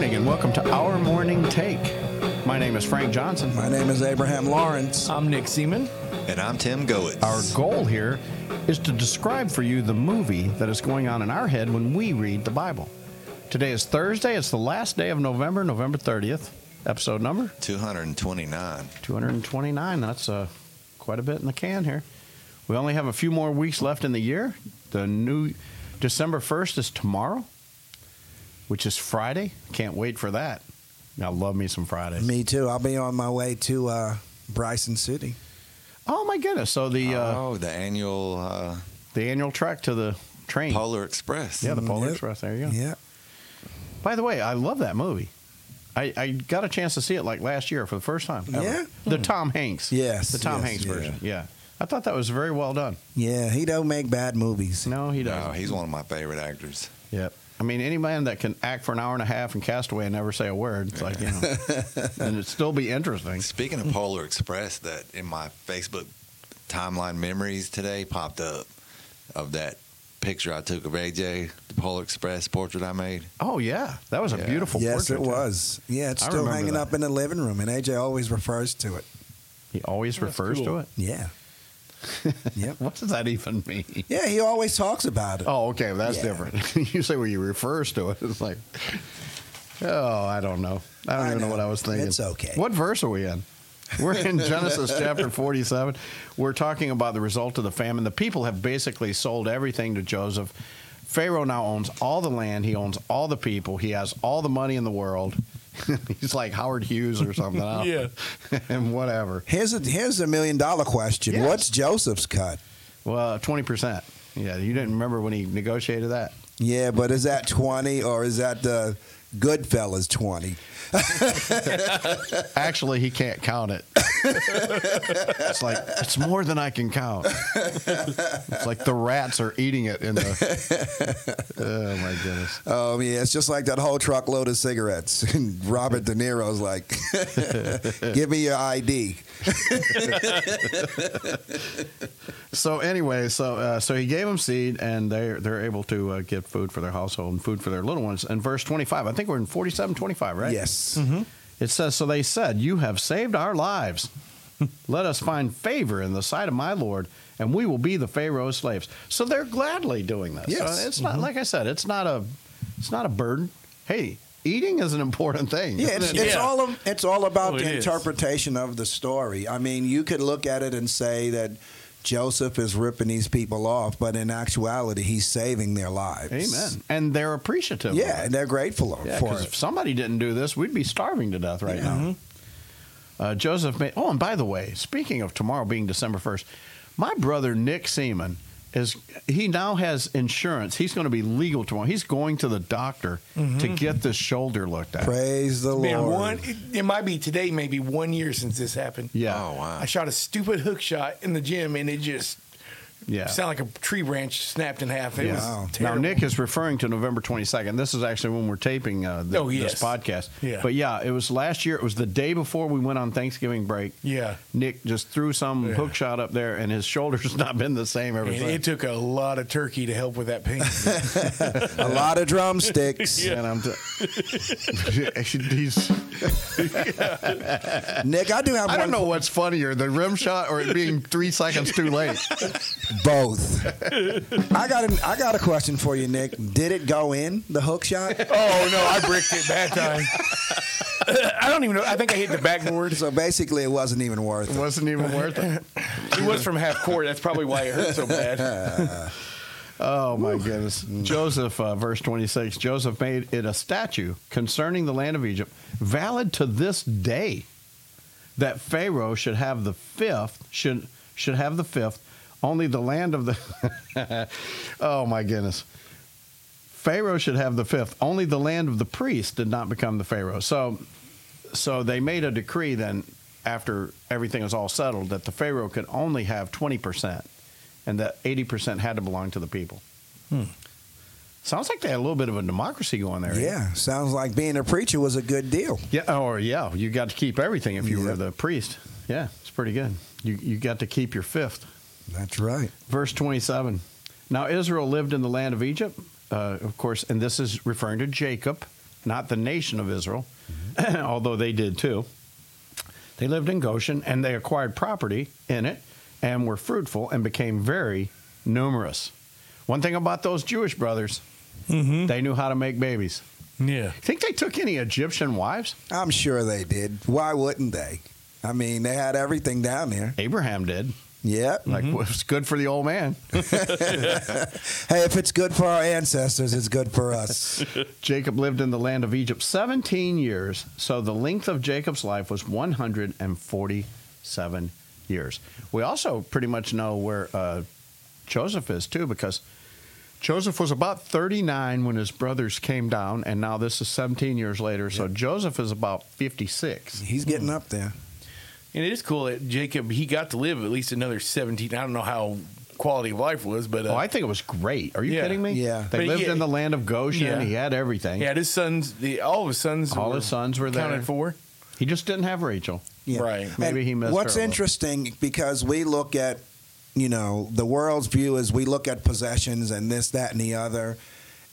to Our Morning Take. My name is Frank Johnson. My name is Abraham Lawrence. I'm Nick Seaman. And I'm Tim Goetz. Our goal here is to describe for you the movie that is going on in our head when we read the Bible. Today is Thursday. It's the last day of November, November 30th. Episode number 229. 229. That's uh, quite a bit in the can here. We only have a few more weeks left in the year. The new December 1st is tomorrow, which is Friday. Can't wait for that. I love me some Fridays. Me too. I'll be on my way to uh, Bryson City. Oh my goodness! So the uh, oh, the annual uh, the annual trek to the train. Polar Express. yeah, the Polar Yep. Express. There you go. Yeah. By the way, I love that movie. I, I got a chance to see it like last year for the first time. ever. Yeah? Hmm. The Tom Hanks. Yes, The Tom yes, Hanks yeah. version. Yeah. I thought that was very well done. Yeah, he don't make bad movies. No, he doesn't. No, Oh, he's one of my favorite actors. Yep. I mean, any man that can act for an hour and a half in Castaway and never say a word, it's like, you know, and it'd still be interesting. Speaking of Polar Express, that in my Facebook timeline memories today popped up of that picture I took of AJ, the Polar Express portrait I made. Oh, yeah. That was a Yeah. beautiful Yes, portrait. it was. Yeah, it's I still remember hanging that. up in the living room, and AJ always refers to it. He always refers to it. Yeah. yep. What does that even mean? Yeah, he always talks about it. Oh, okay. That's Yeah. different. you say where he refers to it. It's like, oh, I don't know. I don't I even know. know. what I was thinking. It's okay. What verse are we in? We're in Genesis chapter 47. We're talking about the result of the famine. The people have basically sold everything to Joseph. Pharaoh now owns all the land, he owns all the people, he has all the money in the world. He's like Howard Hughes or something. yeah. and whatever. Here's a here's a million dollar question. Yes. What's Joseph's cut? Well, 20%. Yeah, you didn't remember when he negotiated that. Yeah, but is that twenty or is that the Goodfellas twenty? Actually, he can't count it. it's like it's more than I can count. It's like the rats are eating it in the. Oh my goodness! Oh yeah, it's just like that whole truckload of cigarettes. And Robert De Niro's like, "Give me your ID." So anyway, so uh, so he gave them seed, and they are they're able to uh, get food for their household and food for their little ones. And verse twenty five, I think we're in forty seven twenty five, right? Mm-hmm. Yes. It says, So they said, You have saved our lives. Let us find favor in the sight of my Lord, and we will be the Pharaoh's slaves. So they're gladly doing this. Yes. Mm-hmm. So it's not like I said, it's not a it's not a burden. Hey, eating is an important thing. Yeah, isn't it's, it? it's Yeah. all of, it's all about Oh, it the is. interpretation of the story. I mean, you could look at it and say that Joseph is ripping these people off, but in actuality, he's saving their lives. Amen. And they're appreciative. of Yeah, it. and they're grateful of- Yeah, for 'cause it. if somebody didn't do this, we'd be starving to death right Mm-hmm. now. Uh, Joseph made. Oh, and by the way, speaking of tomorrow being December first, my brother Nick Seaman is. He now has insurance. He's going to be legal tomorrow. He's going to the doctor Mm-hmm. to get this shoulder looked at. Praise the Been Lord. one. It, it might be today, maybe one year since this happened. Yeah. Oh, wow. I shot a stupid hook shot in the gym, and it just Yeah. sounded like a tree branch snapped in half. It Yeah. was Wow. Now, terrible. Nick is referring to November 22nd. This is actually when we're taping uh, th- Oh, yes. this podcast. Yeah. But yeah, it was last year. It was the day before we went on Thanksgiving break. Yeah. Nick just threw some Yeah. hook shot up there, and his shoulder's not been the same ever And since. it took a lot of turkey to help with that pain. A lot of drumsticks. And I'm t- he's, Nick, I do have I one. don't know what's funnier, the rim shot or it being three seconds too late. Both. I got an, I got a question for you, Nick. Did it go in the hook shot? oh no, I bricked it bad time. I don't even know. I think I hit the backboard. So basically, it wasn't even worth It it. wasn't even worth it. It was from half court. That's probably why it hurt so bad. Oh my goodness. Joseph, uh, verse 26 Joseph made it a statue concerning the land of Egypt, valid to this day, that Pharaoh should have the fifth, should, should have the fifth, only the land of the. oh my goodness. Pharaoh should have the fifth. Only the land of the priests did not become the Pharaoh. So, so they made a decree then, after everything was all settled, that the Pharaoh could only have twenty percent, and that eighty percent had to belong to the people. Sounds like they had a little bit of a democracy going there. Yeah, sounds like being a preacher was a good deal. Yeah. Or yeah, you got to keep everything if you Yeah. were the priest. Yeah, it's pretty good. You you got to keep your fifth. That's right. Verse 27. Now Israel lived in the land of Egypt, uh, of course, and this is referring to Jacob, not the nation of Israel, although they did too. They lived in Goshen and they acquired property in it and were fruitful and became very numerous. One thing about those Jewish brothers, they knew how to make babies. Yeah. Think they took any Egyptian wives? I'm sure they did. Why wouldn't they? I mean, they had everything down there. Abraham did. Yep. Like, Mm-hmm. it's good for the old man. Hey, if it's good for our ancestors, it's good for us. Jacob lived in the land of Egypt 17 years, so the length of Jacob's life was 147 years. We also pretty much know where uh, Joseph is, too, because Joseph was about 39 when his brothers came down, and now this is 17 years later, so Joseph is about 56. He's getting up there. And it is cool that Jacob he got to live at least another seventeen. I don't know how quality of life was, but uh, Oh, I think it was great. Are you Yeah. kidding me? Yeah. They But lived yeah- in the land of Goshen. Yeah. He had everything. he had his sons. The, all of his sons. All his sons were there. counted for. He just didn't have Rachel. Yeah. Right. Maybe he missed What's her a little. interesting because we look at, you know, the world's view is we look at possessions and this, that, and the other,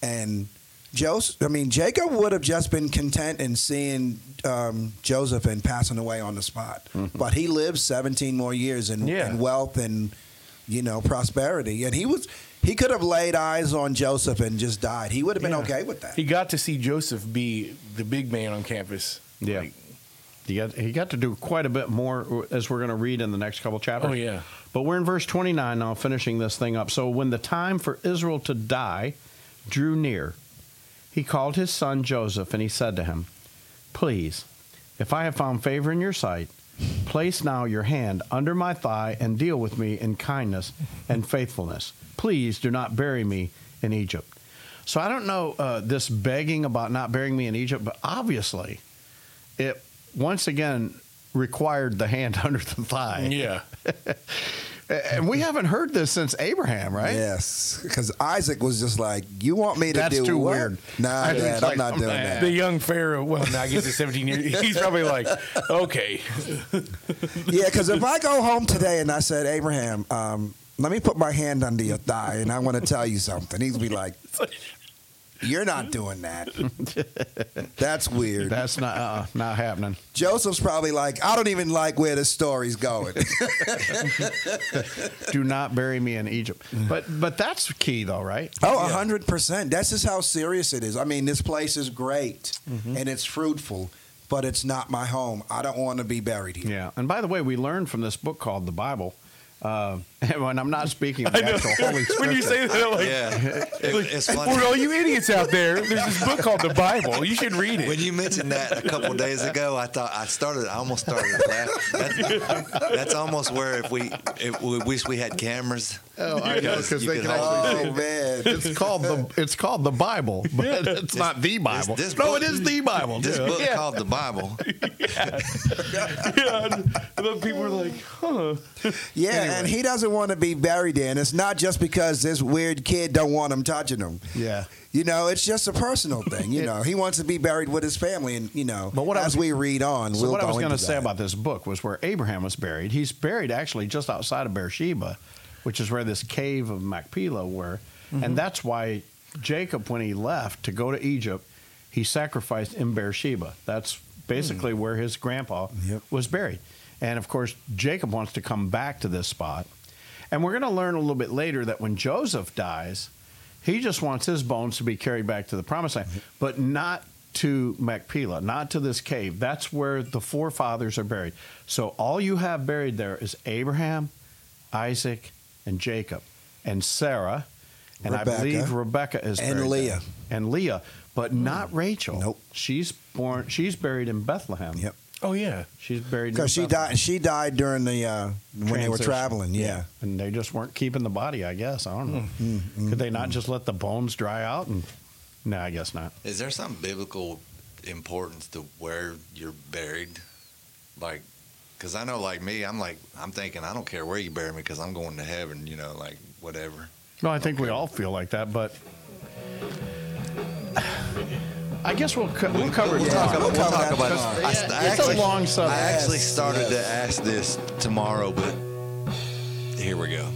and Joseph. I mean, Jacob would have just been content in seeing um, Joseph and passing away on the spot, but he lived 17 more years in, Yeah. in wealth and you know prosperity, and he was he could have laid eyes on Joseph and just died. He would have been Yeah. okay with that. He got to see Joseph be the big man on campus. Yeah. Like, He got, he got to do quite a bit more as we're going to read in the next couple chapters. Oh, yeah. But we're in verse 29 now, finishing this thing up. So when the time for Israel to die drew near, he called his son Joseph and he said to him, Please, if I have found favor in your sight, place now your hand under my thigh and deal with me in kindness and faithfulness. Please do not bury me in Egypt. So I don't know uh, this begging about not burying me in Egypt, but obviously it once again required the hand under the thigh. yeah. And we haven't heard this since Abraham, right? Yes, because Isaac was just like, "You want me to That's do too what? weird. Nah, Isaac's Dad, like, I'm not "I'm doing not." that. The young Pharaoh. Well, now I guess it's seventeen years. He's probably like, okay, Yeah, because if I go home today and I said, Abraham, um, let me put my hand under your thigh and I want to tell you something, he'd be like, You're not doing that. That's weird. That's not uh, not happening. Joseph's probably like, I don't even like where this story's going. Do not bury me in Egypt. But but that's key though, right? Oh, a 100%. That's just how serious it is. I mean, this place is great Mm-hmm. and it's fruitful, but it's not my home. I don't want to be buried here. Yeah. And by the way, we learned from this book called the Bible. Uh, and I'm not speaking of the actual Holy when Scripture. you say that, I'm like, Yeah, It- it's for funny. all you idiots out there, there's this book called the Bible. You should read it. When you mentioned that a couple days ago, I thought I started. I almost started laughing. That, that's almost where if we if we wish we had cameras. oh, I know, 'cause You they could can hold actually. Oh, man. It's called the it's called the Bible, but it's not the Bible. this no, book- it is the Bible. This Yeah. book Yeah. called the Bible. yeah, and then people are like, huh. Yeah, and he doesn't want to be buried there, and it's not just because this weird kid don't want him touching him. Yeah. You know, it's just a personal thing. You know, he wants to be buried with his family, and you know, But what I as was- we read on, So we'll what I go was going to into say that. about this book was where Abraham was buried. He's buried actually just outside of Beersheba, which is where this cave of Machpelah were, Mm-hmm. and that's why Jacob, when he left to go to Egypt, he sacrificed in Beersheba. That's basically Hmm. where his grandpa Yep. was buried, and of course Jacob wants to come back to this spot, and we're going to learn a little bit later that when Joseph dies, he just wants his bones to be carried back to the promised Mm-hmm. land, but not to Machpelah, not to this cave. That's where the forefathers are buried. So all you have buried there is Abraham, Isaac, and Jacob, and Sarah, and I Rebecca. believe Rebecca is And buried Leah. Mm. there. and Leah, but not Rachel. Nope. she's born. She's buried in Bethlehem. Yep. Oh yeah. she's buried in because she Bethlehem. died. She died during the uh, when they were Transition. traveling. Yeah. and they just weren't keeping the body. I guess I don't know. Mm-hmm. Could they not just let the bones dry out? And no, I guess not. Is there some biblical importance to where you're buried? Like, because I know, like me, I'm like, I'm thinking, I don't care where you bury me because I'm going to heaven, you know, like whatever. No, I think we all feel like that, but I guess we'll co- we'll cover it. We'll tomorrow. talk about- we'll talk about Because, it. yeah, I- I it's actually- a long I subject. actually Yes, started to yes. ask this tomorrow, but here we go.